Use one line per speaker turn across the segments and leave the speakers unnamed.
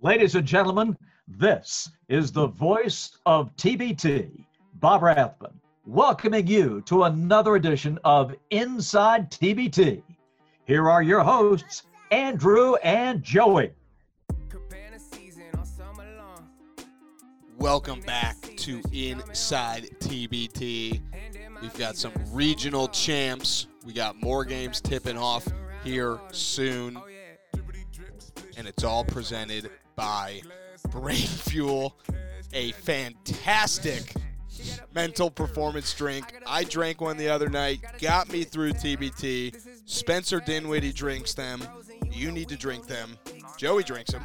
Ladies and gentlemen, this is the voice of TBT, Bob Rathman, welcoming you to another edition of Inside TBT. Here are your hosts, Andrew and Joey.
Welcome back to Inside TBT. We've got some regional champs. We got more games tipping off here soon. And it's all presented by Brain Fuel, a fantastic mental performance drink. I drank one the other night, got me through TBT. Spencer Dinwiddie drinks them. You need to drink them. Joey drinks them.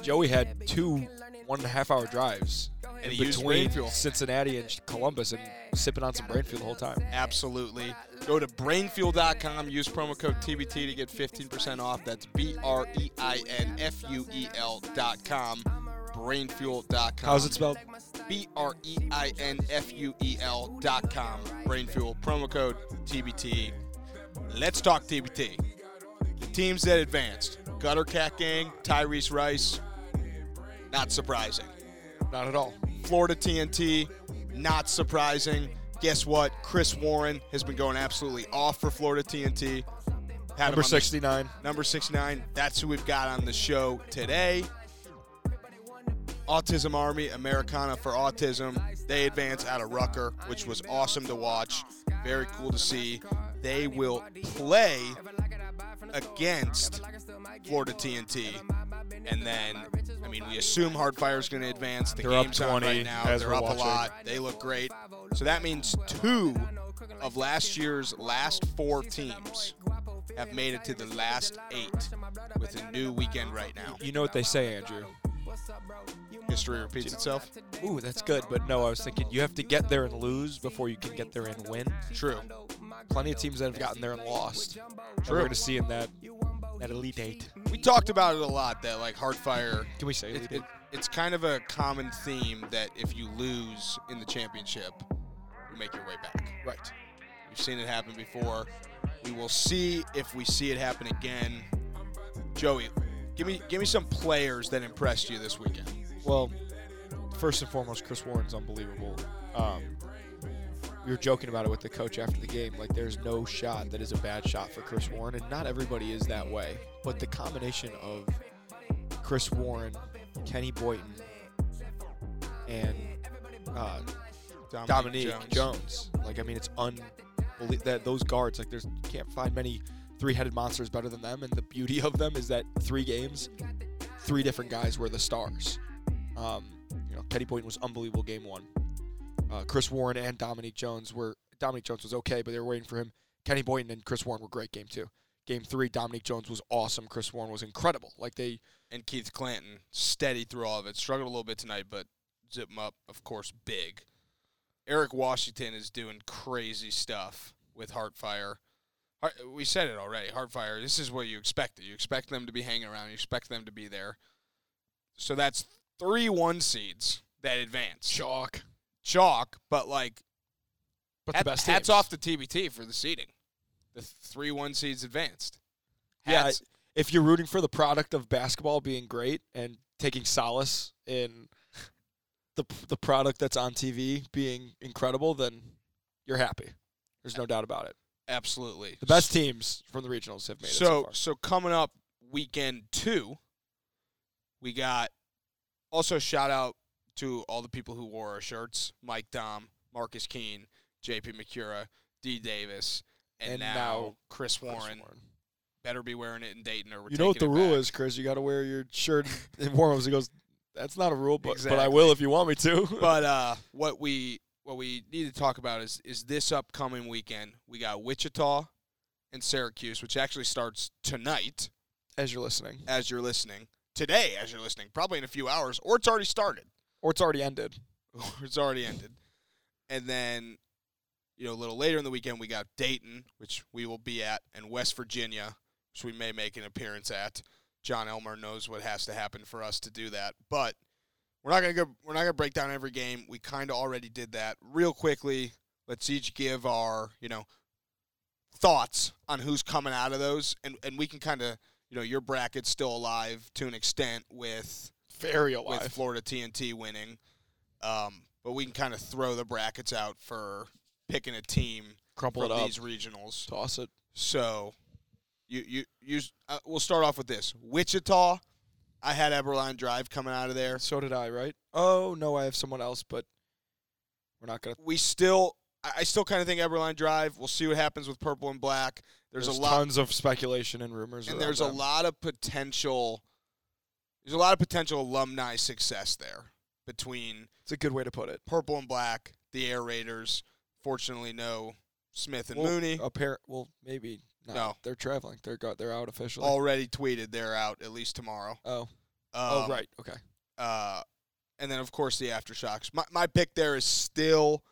Joey had two one and a half hour drives
And he
in
used
between
brain fuel.
Cincinnati and Columbus and sipping on some brain fuel the whole time.
Absolutely. Go to brainfuel.com, use promo code TBT to get 15% off. That's B R E I N F U E L.com. Brainfuel.com.
How's it spelled?
B R E I N F U E L.com. Brainfuel, promo code TBT. Let's talk TBT. The teams that advanced Gutter Cat Gang, Tyrese Rice. Not surprising.
Not at all.
Florida TNT, not surprising. Guess what? Chris Warren has been going absolutely off for Florida TNT. Have him on
Number
the-
69.
number 69. That's who we've got on the show today. Autism Army, Americana for Autism. They advance out of Rucker, which was awesome to watch. Very cool to see. They will play against Florida TNT. And then, I mean, we assume Hardfire is going to advance. The
They're up
game's on
20
right now.
as
They're
we're
up a
watching.
lot. They look great. So that means two of last year's last four teams have made it to the last eight with a new weekend right now.
You know what they say, Andrew.
History repeats itself.
Ooh, that's good. But no, I was thinking you have to get there and lose before you can get there and win.
True.
Plenty of teams that have gotten there and lost. That
True.
We're going to see in that, that Elite Eight.
We talked about it a lot that like Hardfire,
Can we say Elite
it,
Eight?
it, it's kind of a common theme that if you lose in the championship, you make your way back.
Right.
We've seen it happen before. We will see if we see it happen again. Joey, give me give me some players that impressed you this weekend.
Well, first and foremost, Chris Warren's unbelievable. Um, we were joking about it with the coach after the game. Like, there's no shot that is a bad shot for Chris Warren, and not everybody is that way. But the combination of Chris Warren, Kenny Boyton, and uh,
Dominique,
Dominique Jones. Like, I mean, it's unbelievable that those guards. Like, there's can't find many three-headed monsters better than them. And the beauty of them is that three games, three different guys were the stars. Um, you know, Kenny Boynton was unbelievable game one. Uh, Chris Warren and Dominique Jones were Dominique Jones was okay, but they were waiting for him. Kenny Boynton and Chris Warren were great game two. Game three, Dominique Jones was awesome. Chris Warren was incredible. Like they
and Keith Clanton steady through all of it. Struggled a little bit tonight, but zip him up, of course, big. Eric Washington is doing crazy stuff with Heartfire. Heart- We said it already. Heartfire, this is what you expect. You expect them to be hanging around. You expect them to be there. So that's three one seeds that advance.
chalk,
Chalk, but like
but
hat-
the best
hats
teams.
off to TBT for the seeding. The three one seeds advanced.
Yeah,
Hats,
if you're rooting for the product of basketball being great and taking solace in the the product that's on TV being incredible, then you're happy. There's no doubt about it.
absolutely.
The best teams from the regionals have made
so
it so far.
so coming up weekend two, we got also shout out to all the people who wore our shirts: Mike Dom, Marcus Keene, J.P. McCura, D. Davis, and,
And
now,
now
Chris
Chris
Warren. Better be wearing it in Dayton, or we're
You know what the
taking it
rule
back.
is, Chris. You got to wear your shirt in warm-ups. He goes, that's not a rule, but, but I
Exactly.
will if you want me to.
but uh, what we what we need to talk about is is this upcoming weekend. We got Wichita and Syracuse, which actually starts tonight.
As you're listening.
As you're listening today, as you're listening, probably in a few hours, or it's already started.
Or it's already ended.
it's already ended. And then, you know, a little later in the weekend, we got Dayton, which we will be at, and West Virginia, which we may make an appearance at. John Elmer knows what has to happen for us to do that, but we're not gonna go. We're not gonna break down every game. We kind of already did that. Real quickly, let's each give our you know thoughts on who's coming out of those, and and we can kind of you know your bracket's still alive to an extent with
Very
with
alive.
Florida TNT winning. Um, but we can kind of throw the brackets out for picking a team
Crumple it
from
up.
these regionals.
Toss it.
So, you you you. Uh, we'll start off with this Wichita. I had Eberline Drive coming out of there.
So did I, right? Oh no, I have someone else, but we're not gonna.
We still, I I still kind of think Eberline Drive. We'll see what happens with purple and black. There's, a lot,
tons of speculation and rumors.
and
around
there's a
them.
lot of potential. There's a lot of potential alumni success there between
It's a good way to put it.
purple and black, the Air Raiders. Fortunately, no Smith and
well,
Mooney.
Apparent. Well, maybe. Not.
No.
they're traveling. They're go- they're out officially.
Already tweeted they're out at least tomorrow.
oh,
Um,
oh, right. Okay.
Uh, and then of course the aftershocks. My my pick there is still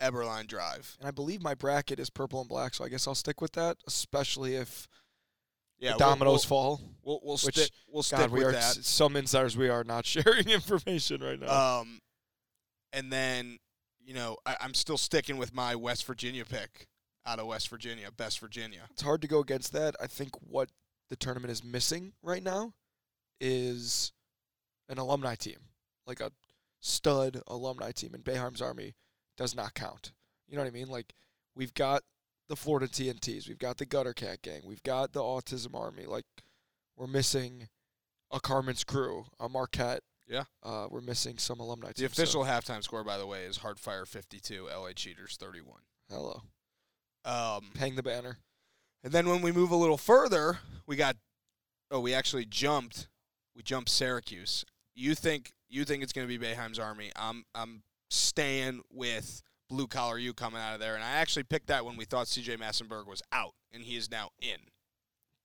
Eberline Drive.
And I believe my bracket is purple and black, so I guess I'll stick with that, especially if
Yeah,
the
we'll-
dominoes fall.
We'll we'll, we'll
which-
stick we'll stick
God, we
with
are
that.
s- uh, some insiders. We are not sharing information right now.
Um, and then you know I, I'm still sticking with my West Virginia pick out of West Virginia, best Virginia.
it's hard to go against that. I think what the tournament is missing right now is an alumni team, like a stud alumni team. And Bayheim's Army does not count. You know what I mean? Like we've got the Florida TNTs, we've got the Gutter Cat Gang, we've got the Autism Army. Like we're missing a Carmen's Crew, a Marquette.
Yeah.
Uh, we're missing some alumni.
The
teams, so-
official halftime score, by the way, is Hardfire 52, LA Cheaters 31.
hello,
Um,
hang the banner.
And then when we move a little further, we got oh, we actually jumped. We jumped Syracuse. You think you think it's going to be Bayheim's Army? I'm I'm staying with blue collar U coming out of there, and I actually picked that when we thought C.J. Massenberg was out, and he is now in.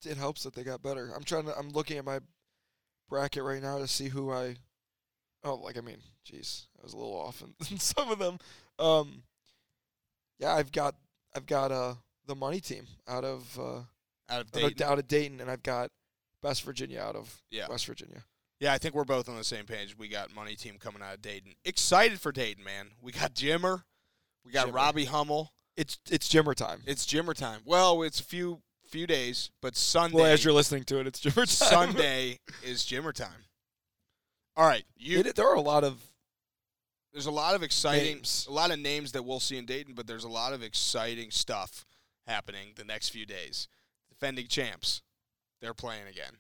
it helps that they got better. I'm trying to. I'm looking at my bracket right now to see who I. Oh, like I mean, jeez, I was a little off in, in some of them. Um, yeah, I've got I've got uh the money team out of uh
Out of
out of,
Dayton.
out of Dayton, and I've got West Virginia out of
Yeah.
West Virginia.
Yeah, I think we're both on the same page. We got money team coming out of Dayton. Excited for Dayton, man. We got Jimmer. We got
Jimmer.
Robbie Hummel.
It's it's Jimmer time.
It's Jimmer time. Well, it's a few few days, but Sunday.
well, as you're listening to it, it's Jimmer time.
Sunday is Jimmer time. All right, you.
It- there are a lot of
there's a lot of exciting,
Names.
a lot of names that we'll see in Dayton, but there's a lot of exciting stuff happening the next few days. Defending champs, they're playing again.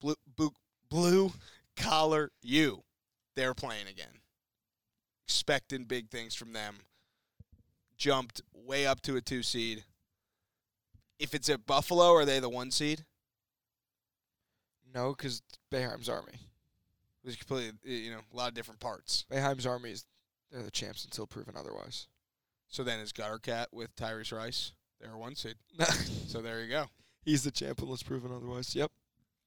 Blue, blue, blue collar U, they're playing again. Expecting big things from them. Jumped way up to a two seed. If it's at Buffalo, are they the one seed?
no, because Bayheim's Army.
There's completely, you know, a lot of different parts.
Bayheim's Army is they're the champs until proven otherwise.
So then it's Gutter Cat with Tyrese Rice. They're one seed. So there you go.
He's the champ unless proven otherwise. Yep.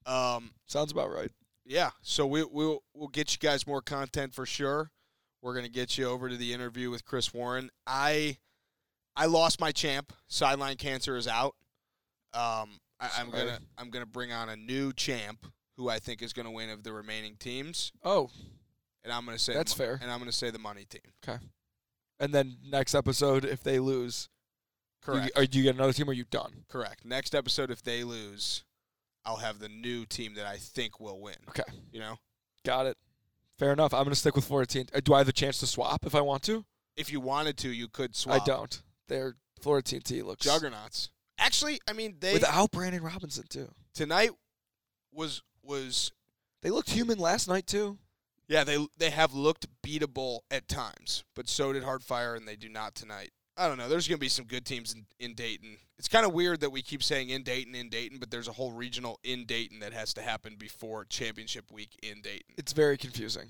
Um,
Sounds about right.
yeah. So we we'll we'll get you guys more content for sure. We're gonna get you over to the interview with Chris Warren. I I lost my champ. Sideline cancer is out. Um, I, I'm
Sorry.
gonna I'm gonna bring on a new champ who I think is gonna win of the remaining teams,
Oh,
and I'm gonna say the
that's
mo-
fair.
And I'm gonna say the money team.
And then next episode, if they lose, you,
Correct.
or do you get another team? Or are you done?
Correct. Next episode, if they lose, I'll have the new team that I think will win.
Okay,
You know.
got it. Fair enough. I'm gonna stick with Florida TNT. Uh, Do I have the chance to swap if I want to?
if you wanted to, you could swap.
I don't. They're Florida TNT looks
Juggernauts. Actually, I mean they
without Brandon Robinson too.
tonight was was
They looked human last night too.
yeah they they have looked beatable at times, but so did Hardfire, and they do not tonight. I don't know. There's going to be some good teams in, in Dayton. It's kind of weird that we keep saying in Dayton, in Dayton, but there's a whole regional in Dayton that has to happen before championship week in Dayton.
It's very confusing.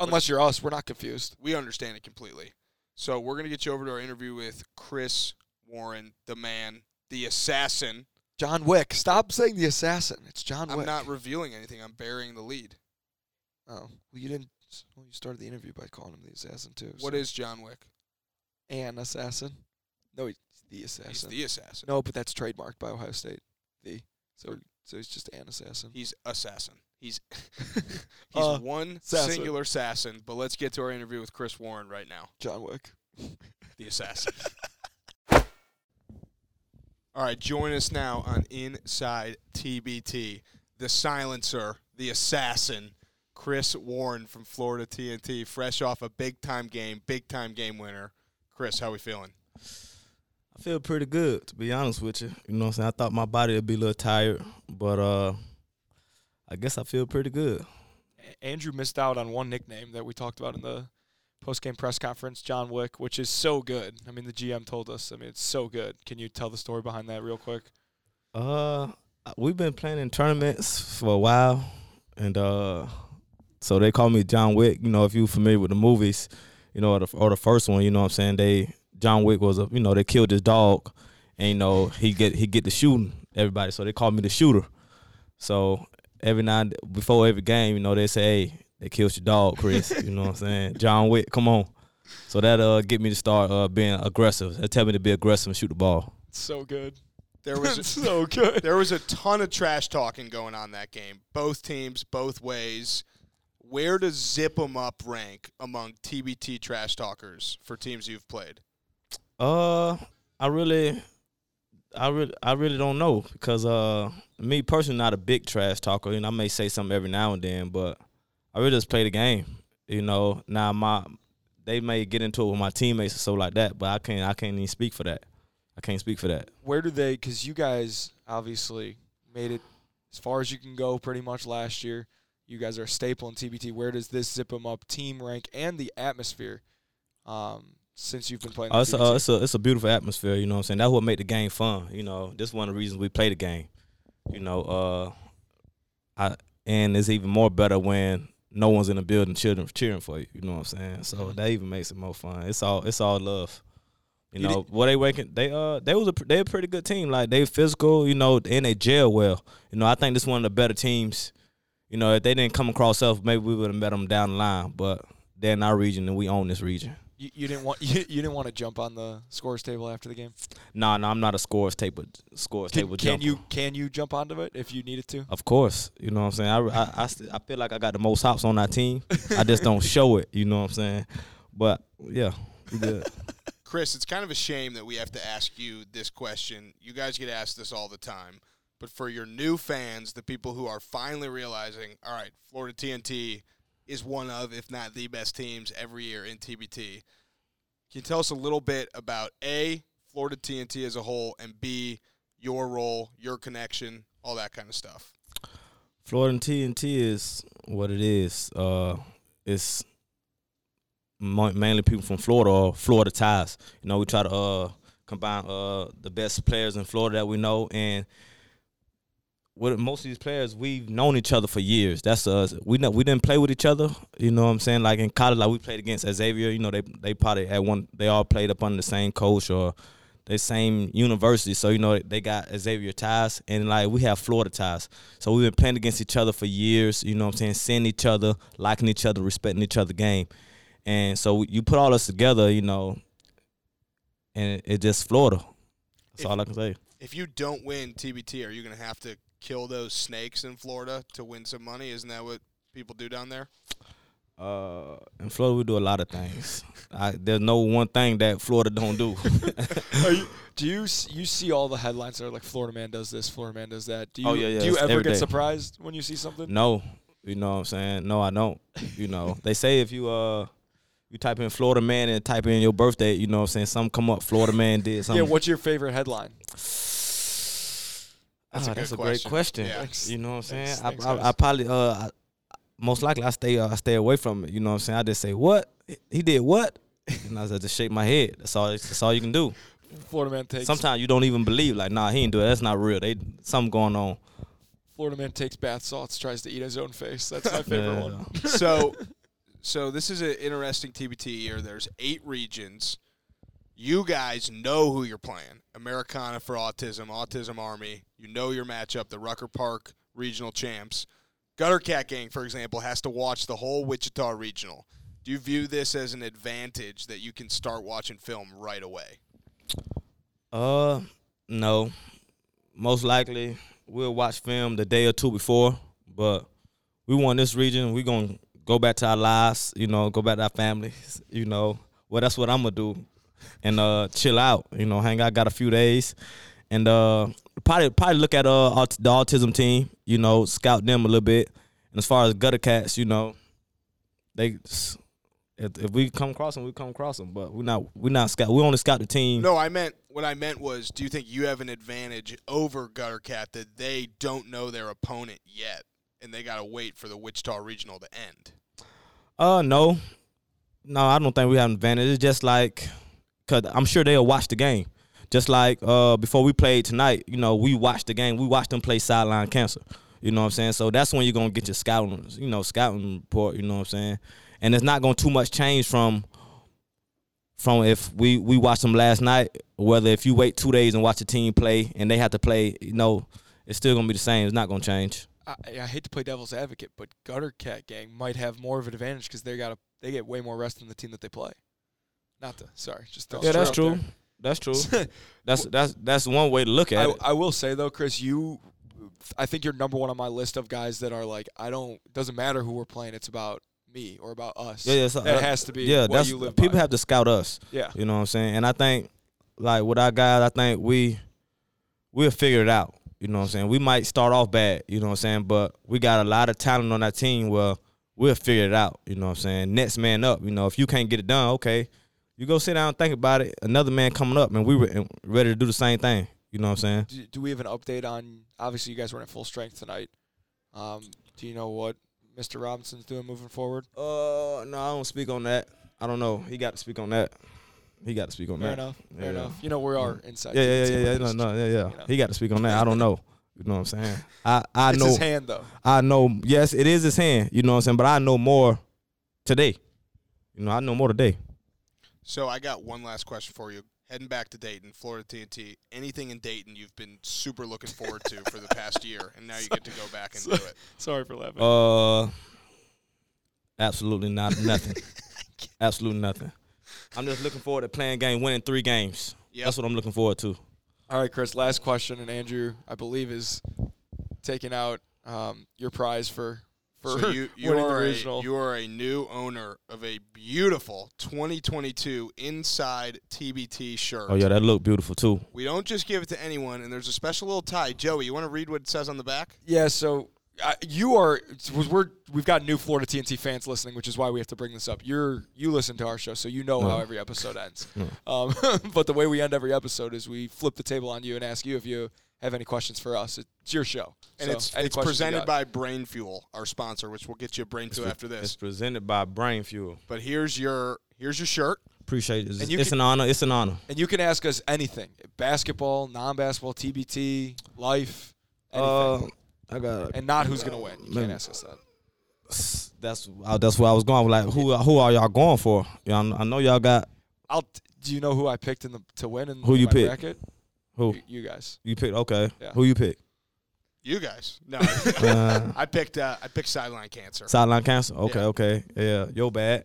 Unless you're us, we're not confused.
We understand it completely. So we're going to get you over to our interview with Chris Warren, the man, the assassin.
John Wick. Stop saying the assassin. It's John
I'm
Wick.
not revealing anything. I'm burying the lead.
Oh, well, you didn't. Well, you started the interview by calling him the assassin too.
What is John Wick?
an assassin? No, he's the assassin.
He's the assassin.
No, but that's trademarked by Ohio State. The so so he's just an assassin.
He's assassin. He's he's
Uh,
one
assassin.
singular assassin. But let's get to our interview with Chris Warren right now.
John Wick.
The assassin. All right, join us now on Inside TBT. The silencer, the assassin, Chris Warren from Florida TNT, fresh off a big time game, big time game winner. Chris, how we feeling?
I feel pretty good, to be honest with you. You know what I'm saying? I thought my body would be a little tired, but uh I guess I feel pretty good.
A- Andrew missed out on one nickname that we talked about in the post-game press conference, John Wick, which is so good. I mean, the GM told us. I mean, it's so good. Can you tell the story behind that real quick?
Uh we've been playing in tournaments for a while and uh so they call me John Wick, you know, if you familiar with the movies, you know, or the, or the first one, you know what I'm saying? They John Wick was a you know, they killed his dog and you know, he get he get the shooting everybody. So they called me the shooter. So every now and before every game, you know, they say, Hey, they killed your dog, Chris. you know what I'm saying? John Wick, come on. So that uh get me to start uh being aggressive. They tell me to be aggressive and shoot the ball.
It's so good.
There was
It's so good.
There was a ton of trash talking going on that game. Both teams, both ways. Where does zip 'em up rank among TBT trash talkers for teams you've played?
Uh, I really, I really, I really don't know because uh, me personally not a big trash talker. You know, I may say something every now and then, but I really just play the game. You know, now my they may get into it with my teammates or so like that, but I can't. I can't even speak for that. I can't speak for that.
Where do they? Because you guys obviously made it as far as you can go, pretty much last year. You guys are a staple in TBT. Where does this zip 'em up team rank and the atmosphere? Um, since you've been playing,
Uh,
the
it's, a,
TBT?
it's a it's a beautiful atmosphere. You know what I'm saying. That's what made the game fun. You know, that's one of the reasons we play the game. You know, uh, I and it's even more better when no one's in the building, children cheering for you. You know what I'm saying. So that even makes it more fun. It's all it's all love. You
You
know, what they waking they uh they was a pr- they a pretty good team. Like they physical. You know, and they gel well. You know, I think this one of the better teams. You know, if they didn't come across us, maybe we would have met them down the line. But they're in our region, and we own this region.
you, you didn't want you, you didn't want to jump on the scores table after the game.
No, no, I'm not a scores table scores
Can,
table
can
jumper.
you can you jump onto it if you needed to?
Of course, you know what I'm saying. I I I, st- I feel like I got the most hops on that team. I just don't show it. You know what I'm saying. But yeah, we good.
Chris, it's kind of a shame that we have to ask you this question. You guys get asked this all the time. But for your new fans, the people who are finally realizing, all right, Florida TNT is one of, if not the best teams every year in TBT. Can you tell us a little bit about A, Florida TNT as a whole, and B, your role, your connection, all that kind of stuff?
Florida TNT is what it is. Uh, it's mo- mainly people from Florida or Florida ties. You know, we try to uh, combine uh, the best players in Florida that we know, and with most of these players, we've known each other for years. That's us. We know we didn't play with each other. You know what I'm saying? Like in college, like we played against Xavier. You know, they they probably had one. They all played up under the same coach or the same university. So you know they got Xavier ties, and like we have Florida ties. So we've been playing against each other for years. You know what I'm saying? Seeing each other, liking each other, respecting each other game, and so you put all us together. You know, and it's just Florida. That's all I can say.
If you don't win TBT, are you going to have to kill those snakes in Florida to win some money? Isn't that what people do down there?
Uh, in Florida, we do a lot of things. I, there's no one thing that Florida don't do.
Are you, do you s- you see all the headlines that are like Florida man does this, Florida man does that? Do you
Oh, yeah, yeah,
do you
it's
ever
every
get
day.
surprised when you see something?
no, you know what I'm saying. No, I don't. You know, they say if you uh, you type in Florida man and type in your birthday, you know what I'm saying. Some come up. Florida man did
Yeah,
something.
what's your favorite headline?
That's,
a
a, Ah, that's
good
a great
question.
question.
Yeah.
You know what I'm saying?
Thanks-
I,
thanks, guys.
I, I probably uh, I, most likely I stay uh, I stay away from it. You know what I'm saying? I just say what he did what, and I just shake my head. That's all. That's all you can do.
Florida man takes
Sometimes you don't even believe. Like nah, he didn't do it. That's not real. They something going on.
Florida man takes bath salts, tries to eat his own face. That's my favorite
Yeah.
one.
so so this is an interesting TBT year. There's eight regions. You guys know who you're playing. Americana for Autism, Autism Army. You know your matchup, the Rucker Park Regional Champs. Gutter Cat Gang, for example, has to watch the whole Wichita Regional. Do you view this as an advantage that you can start watching film right away?
Uh, no. Most likely we'll watch film the day or two before, but we want this region. We're gonna go back to our lives, you know, go back to our families, you know. Well, that's what I'm gonna do, and uh, chill out, you know, hang out. Got a few days, and uh, probably probably look at uh aut- the autism team. You know, scout them a little bit. And as far as gutter cats, you know, they s- if, if we come across them, we come across them. But we're not we're not scout. We only scout the team.
No, I meant what I meant was, do you think you have an advantage over Gutter Cat that they don't know their opponent yet, and they got to wait for the Wichita Regional to end?
Uh, no, no, I don't think we have an advantage. It's just like, cause I'm sure they'll watch the game. Just like uh, before we played tonight, you know, we watched the game. We watched them play sideline cancer. You know what I'm saying? So that's when you're gonna get your scouting, you know, scouting report. You know what I'm saying? And it's not gonna too much change from from if we we watched them last night. Whether if you wait two days and watch a team play and they have to play, you know, it's still gonna be the same. It's not gonna change.
I, I hate to play devil's advocate, but Gutter Cat Gang might have more of an advantage because they got a, they get way more rest than the team that they play. Not to sorry, just throwing
yeah,
it
that's
out
true.
there.
That's true. That's that's that's one way to look at
I,
it.
I will say though, Chris, you, I think you're number one on my list of guys that are like, I don't, doesn't matter who we're playing, it's about me or about us.
Yeah, yeah, so,
that
uh,
has to be.
Yeah,
what
that's
you live
people
by.
have to scout us.
Yeah,
You know what I'm saying? And I think, like with our guys, I think we we'll figure it out. You know what I'm saying? We might start off bad. You know what I'm saying? But we got a lot of talent on that team. Where we'll figure it out. You know what I'm saying? Next man up. You know, if you can't get it done, okay, you go sit down and think about it. Another man coming up, and we were and ready to do the same thing. You know what I'm saying?
do, do we have an update on? Obviously, you guys weren't at full strength tonight. Um, do you know what Mr. Robinson's doing moving forward?
Uh, no, I don't speak on that. I don't know. He got to speak on that. He got to speak on
Fair
that.
enough. Fair
Yeah.
enough. You know we are inside.
Yeah,
the
yeah, yeah,
team
yeah.
on this.
No, no, yeah, yeah.
you know.
He got to speak on that. I don't know. You know what I'm saying? I I
It's
know.
his hand though.
I know. Yes, it is his hand. You know what I'm saying? But I know more today. You know, I know more today.
So I got one last question for you. Heading back to Dayton, Florida TNT. Anything in Dayton you've been super looking forward to for the past year, and now you get to go back and do it.
Sorry for laughing.
Uh, absolutely not nothing. absolutely nothing. I'm just looking forward to playing game, winning three games.
Yep.
That's what I'm looking forward to.
All right, Chris. Last question, and Andrew, I believe, is taking out um, your prize for for
So you, you
winning the
are a,
regional.
you are a new owner of a beautiful 2022 inside TBT shirt.
Oh yeah, that looked beautiful too.
We don't just give it to anyone, and there's a special little tie. Joey, you want to read what it says on the back?
yeah. So uh, you are we're we've got new Florida TNT fans listening, which is why we have to bring this up. You're you listen to our show, so you know how every episode ends. Um, but the way we end every episode is we flip the table on you and ask you if you have any questions for us. It's your show,
And
So,
it's
any
it's
questions you
presented
got?
by Brain Fuel, our sponsor, which we'll get you a Brain Fuel after
It's
this.
presented by Brain Fuel.
But here's your here's your shirt.
Appreciate it. It's,
you
it's
can-
an honor. It's an honor.
and you can ask us anything: basketball, non-basketball, TBT, life, anything.
Uh, I got
and not who's gonna win. You
Maybe.
can't ask us that.
that's uh, that's where I was going. Like, who who are y'all going for? Yeah, I kn- I know y'all got
I'll. T- do you know who I picked in the to win in
Who
in
you
my
pick?
bracket?
who
You, you guys.
you picked. Okay,
Yeah.
who you pick?
You guys. No,
Uh,
I picked uh, I picked sideline cancer.
Sideline cancer. Okay,
Yeah.
okay, yeah. Yo bad.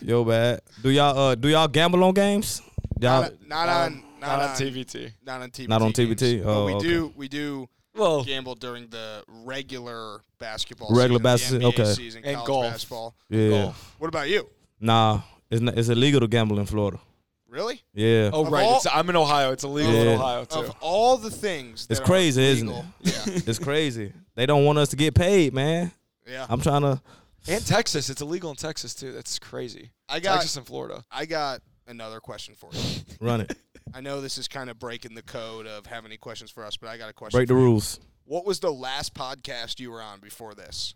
Yo bad. Do y'all uh do y'all gamble on games? Y'all
not, not on
Um,
not, on,
TVT.
Not on TBT.
Not on
games.
TBT?
But
Oh,
we
okay. Oh.
do we do
Well,
gamble during the regular basketball
Regular
season, the
basket-
NBA
okay.
season,
And
college
golf.
basketball.
yeah.
golf.
What about you?
Nah, it's not, it's illegal to gamble in Florida.
Really?
Yeah.
Oh
Of
right,
all-
it's, I'm in Ohio. It's illegal in
Yeah.
Ohio too.
Of all the things,
It's
that are
crazy, isn't
illegal-
It's crazy. They don't want us to get paid, man.
Yeah, yeah.
I'm trying to
and Texas, it's illegal in Texas too. That's crazy.
I got-
Texas and Florida.
I got another question for you.
run it.
I know this is kind of breaking the code of having any questions for us, but I got a question.
Break the
for you.
rules.
What was the last podcast you were on before this?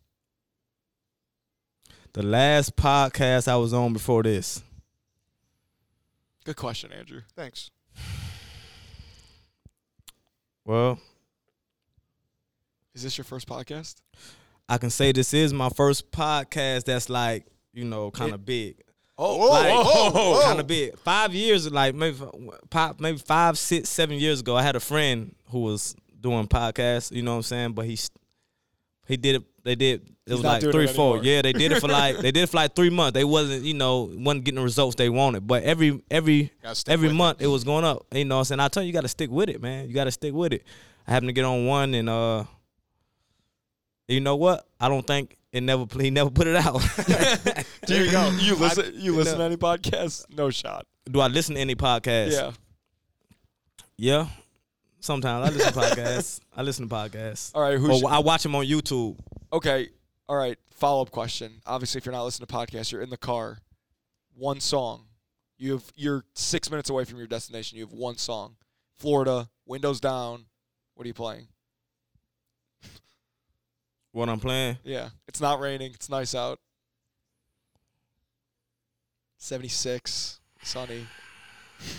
The last podcast I was on before this.
Good question, Andrew.
Thanks.
Well,
Is this your first podcast?
I can say this is my first podcast that's like, you know, kind of big.
Oh,
Whoa,
like,
whoa, whoa.
kind of big. Five years, like maybe pop, maybe five, six, seven years ago, I had a friend who was doing podcasts. You know what I'm saying? But he he did it. They did. It was
not
like
doing
three,
it
four.
anymore.
Yeah, they did it for like they did it for like three months. They wasn't, you know, wasn't getting the results they wanted. But every every
Gotta stick
every
with it.
month it was going up. You know what I'm saying? I tell you, you got to stick with it, man. You got to stick with it. I happened to get on one, and uh, you know what? I don't think it never he never put it out.
there you go. You listen. you listen
no.
to any podcast? No shot.
Do I listen to any podcast?
Yeah.
Yeah. Sometimes I listen to podcasts. I listen to podcasts.
All right, who's
Or I watch them on YouTube.
okay? All right, follow up question. Obviously, if you're not listening to podcasts, you're in the car. One song. You have you're six minutes away from your destination. You have one song. Florida, windows down. What are you playing?
What I'm playing.
Yeah, it's not raining. It's nice out. Seventy six, sunny,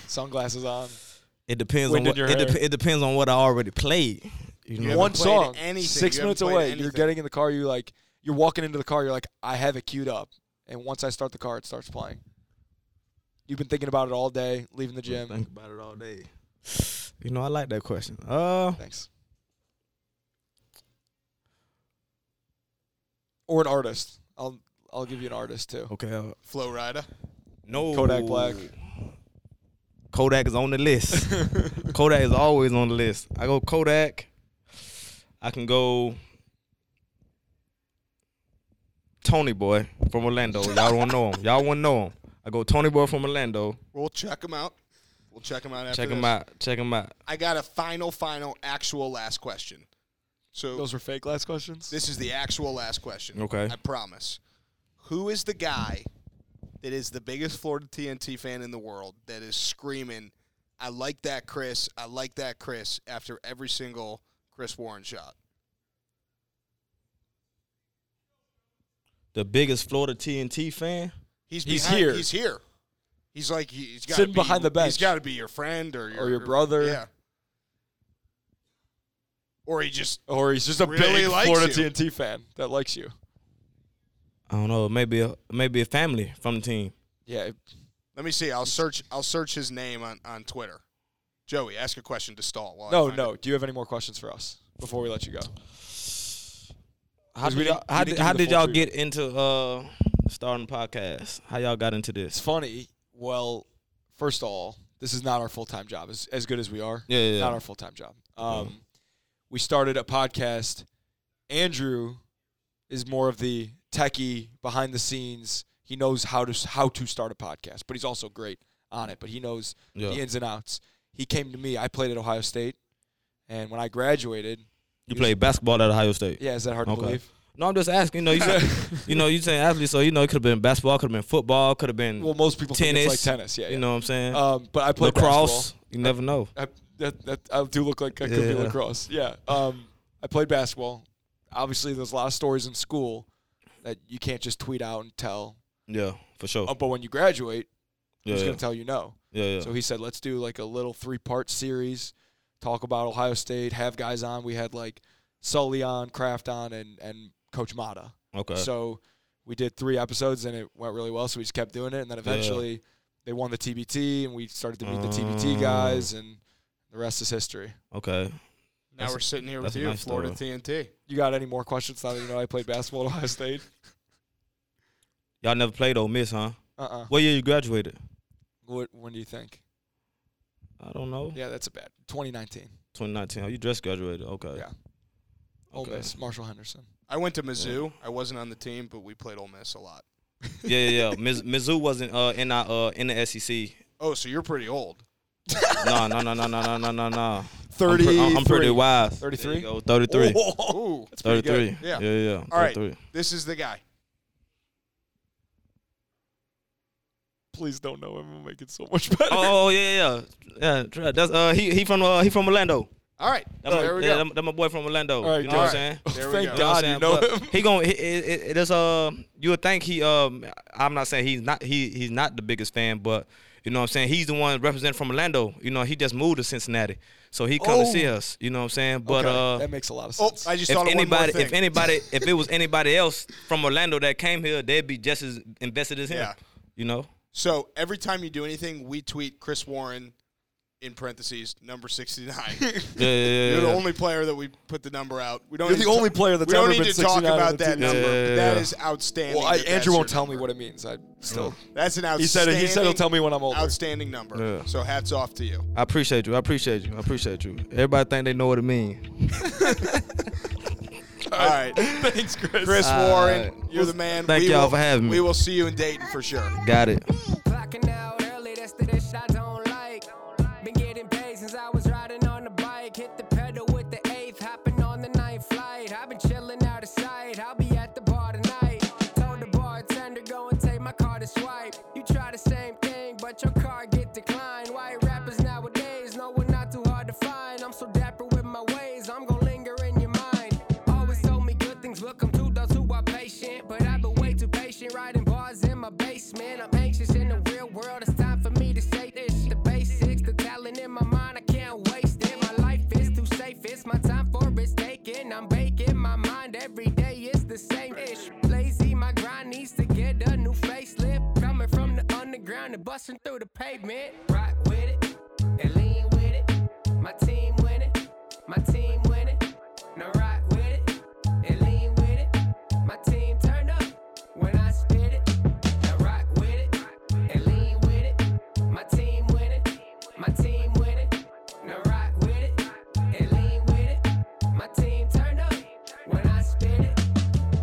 sunglasses on.
It depends
Wind
on
in
what
your
it,
hair.
dep- it depends on what I already played. You know,
haven't
one
played
song,
anything.
six
You haven't
minutes
played
away. You're
anything.
getting in the car. You like you're walking into the car. You're like, I have it queued up, and once I start the car, it starts playing. You've been thinking about it all day, leaving the gym.
think about it all day. You know, I like that question. Uh,
Thanks. Or an artist. I'll I'll give you an artist too.
okay. uh,
Flow Rider.
no.
Kodak Black.
Kodak is on the list. Kodak is always on the list. I go Kodak. I can go Tony Boy from Orlando. Y'all don't know him. Y'all won't know him. I go Tony Boy from Orlando.
We'll check him out. We'll check him out after
Check him
this.
out. Check him out.
I got a final, final, actual last question. So
Those were fake last questions.
this is the actual last question.
Okay.
I promise. Who is the guy that is the biggest Florida TNT fan in the world that is screaming, I like that Chris, I like that Chris, after every single Chris Warren shot?
The biggest Florida TNT fan.
He's
behind-
here.
He's here. He's like he's got
Sitting behind the
He's
bench.
got to be your friend or your,
your brother.
Yeah. Or he just
Oh, or he's just a
Really
big
likes
Florida
you.
TNT fan that likes you.
I don't know. Maybe a, maybe a family from the team.
Yeah,
let me see. I'll search. I'll search his name on on Twitter. Joey, ask a question to Stahl. while I
No,
find
no.
it.
Do you have any more questions for us before we let you go?
How
'Cause we
did y'all,
didn't- we
how
didn't
did,
give
how
you the
did
full
y'all
truth.
get into uh, starting podcast? How y'all got into
It's
this?
funny. Well, first of all, this is not our full time job. As, as good as we are,
Yeah, yeah,
not
yeah.
our full time job. Um, We started a podcast. Andrew is more of the techie behind the scenes. He knows how to how to start a podcast, but he's also great on it. But he knows
Yeah.
the ins and outs. He came to me. I played at Ohio State, and when I graduated,
You played basketball at Ohio State.
yeah, is that hard to
Okay.
believe?
No, I'm just asking. You know, you said, you know, you saying athlete, so you know it could have been basketball, could have been football, could have been
Well, most people think
tennis.
it's like tennis. Yeah, yeah.
You know what I'm saying?
Um, but I played basketball.
Lacrosse. You never know.
I, that, that I do look like I could be
Yeah.
lacrosse. Yeah. Um, I played basketball. Obviously, there's a lot of stories in school that you can't just tweet out and tell.
Yeah, for sure.
Oh, but when you graduate,
yeah,
who's
yeah,
going to tell you no?
yeah, yeah.
So he said, let's do like a little three part series, talk about Ohio State, have guys on. We had like Sully on, Kraft on, and, and Coach Mata.
okay.
So we did three episodes and it went really well. So we just kept doing it. And then eventually they won the TBT and we started to meet the TBT
Oh.
guys, and the rest is history.
okay.
Now
That's-
we're sitting here
that's
with
a
you,
nice
Florida TNT.
You got any more questions now that you know I played basketball at Ohio State?
Y'all never played Ole Miss, huh?
Uh-uh.
What year you graduated?
What, when do you think?
I don't know.
Yeah, that's a bad. 2019.
2019. Oh, you just graduated. Okay.
Yeah. Ole
Okay.
Miss, Marshall Henderson.
I went to Mizzou. I wasn't on the team, but we played Ole Miss a lot.
Yeah, yeah, yeah. Miz, Mizzou wasn't uh, in our, uh, in the SEC.
Oh, so you're pretty old.
No, no, no, no, no, no, no, no, no.
30.
I'm, pre- I'm pretty wise.
33?
There you go, 33.
Ooh.
That's Oh, pretty good.
33.
Yeah.
Yeah, yeah. yeah.
All right.
33.
This is the guy.
Please don't know him. We'll make it so much better.
Oh, yeah, yeah, yeah. Try- That's uh, he he from uh, he from Orlando.
All right.
That my,
there we
yeah,
go.
that- that my boy from Orlando.
All right,
you know
all
what
right.
I'm saying?
There we
Thank
go.
know what
God you
I'm
know
saying?
him.
But He going it, it, it is uh you would think he um I'm not saying he's not he he's not the biggest fan, but you know what I'm saying he's the one represented from Orlando. You know he just moved to Cincinnati, so he come to
Oh.
see us. You know what I'm saying? But
Okay,
uh,
that makes a lot of
Oh,
sense.
I just
if
thought of one more
anybody
thing.
if anybody if it was anybody else from Orlando that came here, they'd be just as invested as him.
Yeah.
You know?
So every time you do anything, we tweet Chris Warren in parentheses number sixty nine.
Yeah, yeah, yeah,
You're the
yeah.
only player that we put the number out. We don't.
You're
need
the
to-
only player that's
we don't
ever
need
been
to talk
69 on
about
the
that
team.
number.
Yeah, yeah,
That
yeah.
is outstanding.
well, I,
that that's
Andrew won't
your
tell me
number.
what it means. I still.
That's an outstanding.
He said he said he'll tell me when I'm older.
Outstanding number.
Yeah.
So hats off to you.
I appreciate you. I appreciate you. I appreciate you. Everybody think they know what it means.
All right,
Thanks, Chris.
Chris
All
Warren,
right.
you're the man.
Thank
We
y'all
will-
for having me.
We will see you in Dayton for sure.
Got it.
Clocking out early, that's the dish I don't like. Been getting paid since I was right. it's the same ish. Lazy, my grind needs to get a new facelift. Coming from the underground and busting through the pavement. Rock with it and lean with it. My team win it. My team win it. Now rock with it and lean with it. My team turned up when I spit it. Now rock with it and lean with it. My team win it. My team win it. Now rock with it and lean with it. My team turned up when I spit it.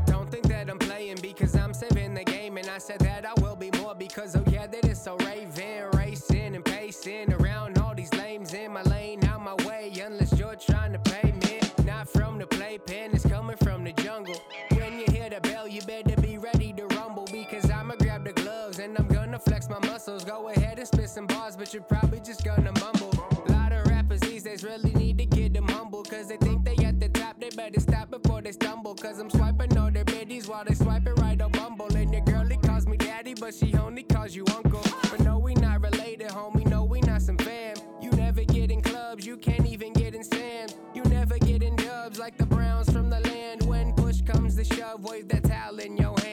Don't think that I'm playing because I'm saving the game. And I said that I will be more because, oh yeah, that is so raving. Racing and pacing around all these lames in my lane, out my way, unless you're trying to pay me. Not from the playpen, it's coming from the jungle. When you hear the bell, you better be ready to rumble because I'ma grab the gloves and I'm gonna flex my muscles. Go ahead and spit some bars, but you're probably just gonna mumble. lot of rappers these days really need to get them humble because they think they at the top. They better stop before they stumble because I'm swiping all their biddies while they swiping right on Bumble. And your girlie calls me daddy, but she only calls you uncle. But no, we not related, homie. No, we not some fam. You never get in clubs, you can't even get in Sam. You never get in dubs like the Browns from the land. When push comes to shove, wave that towel in your hand.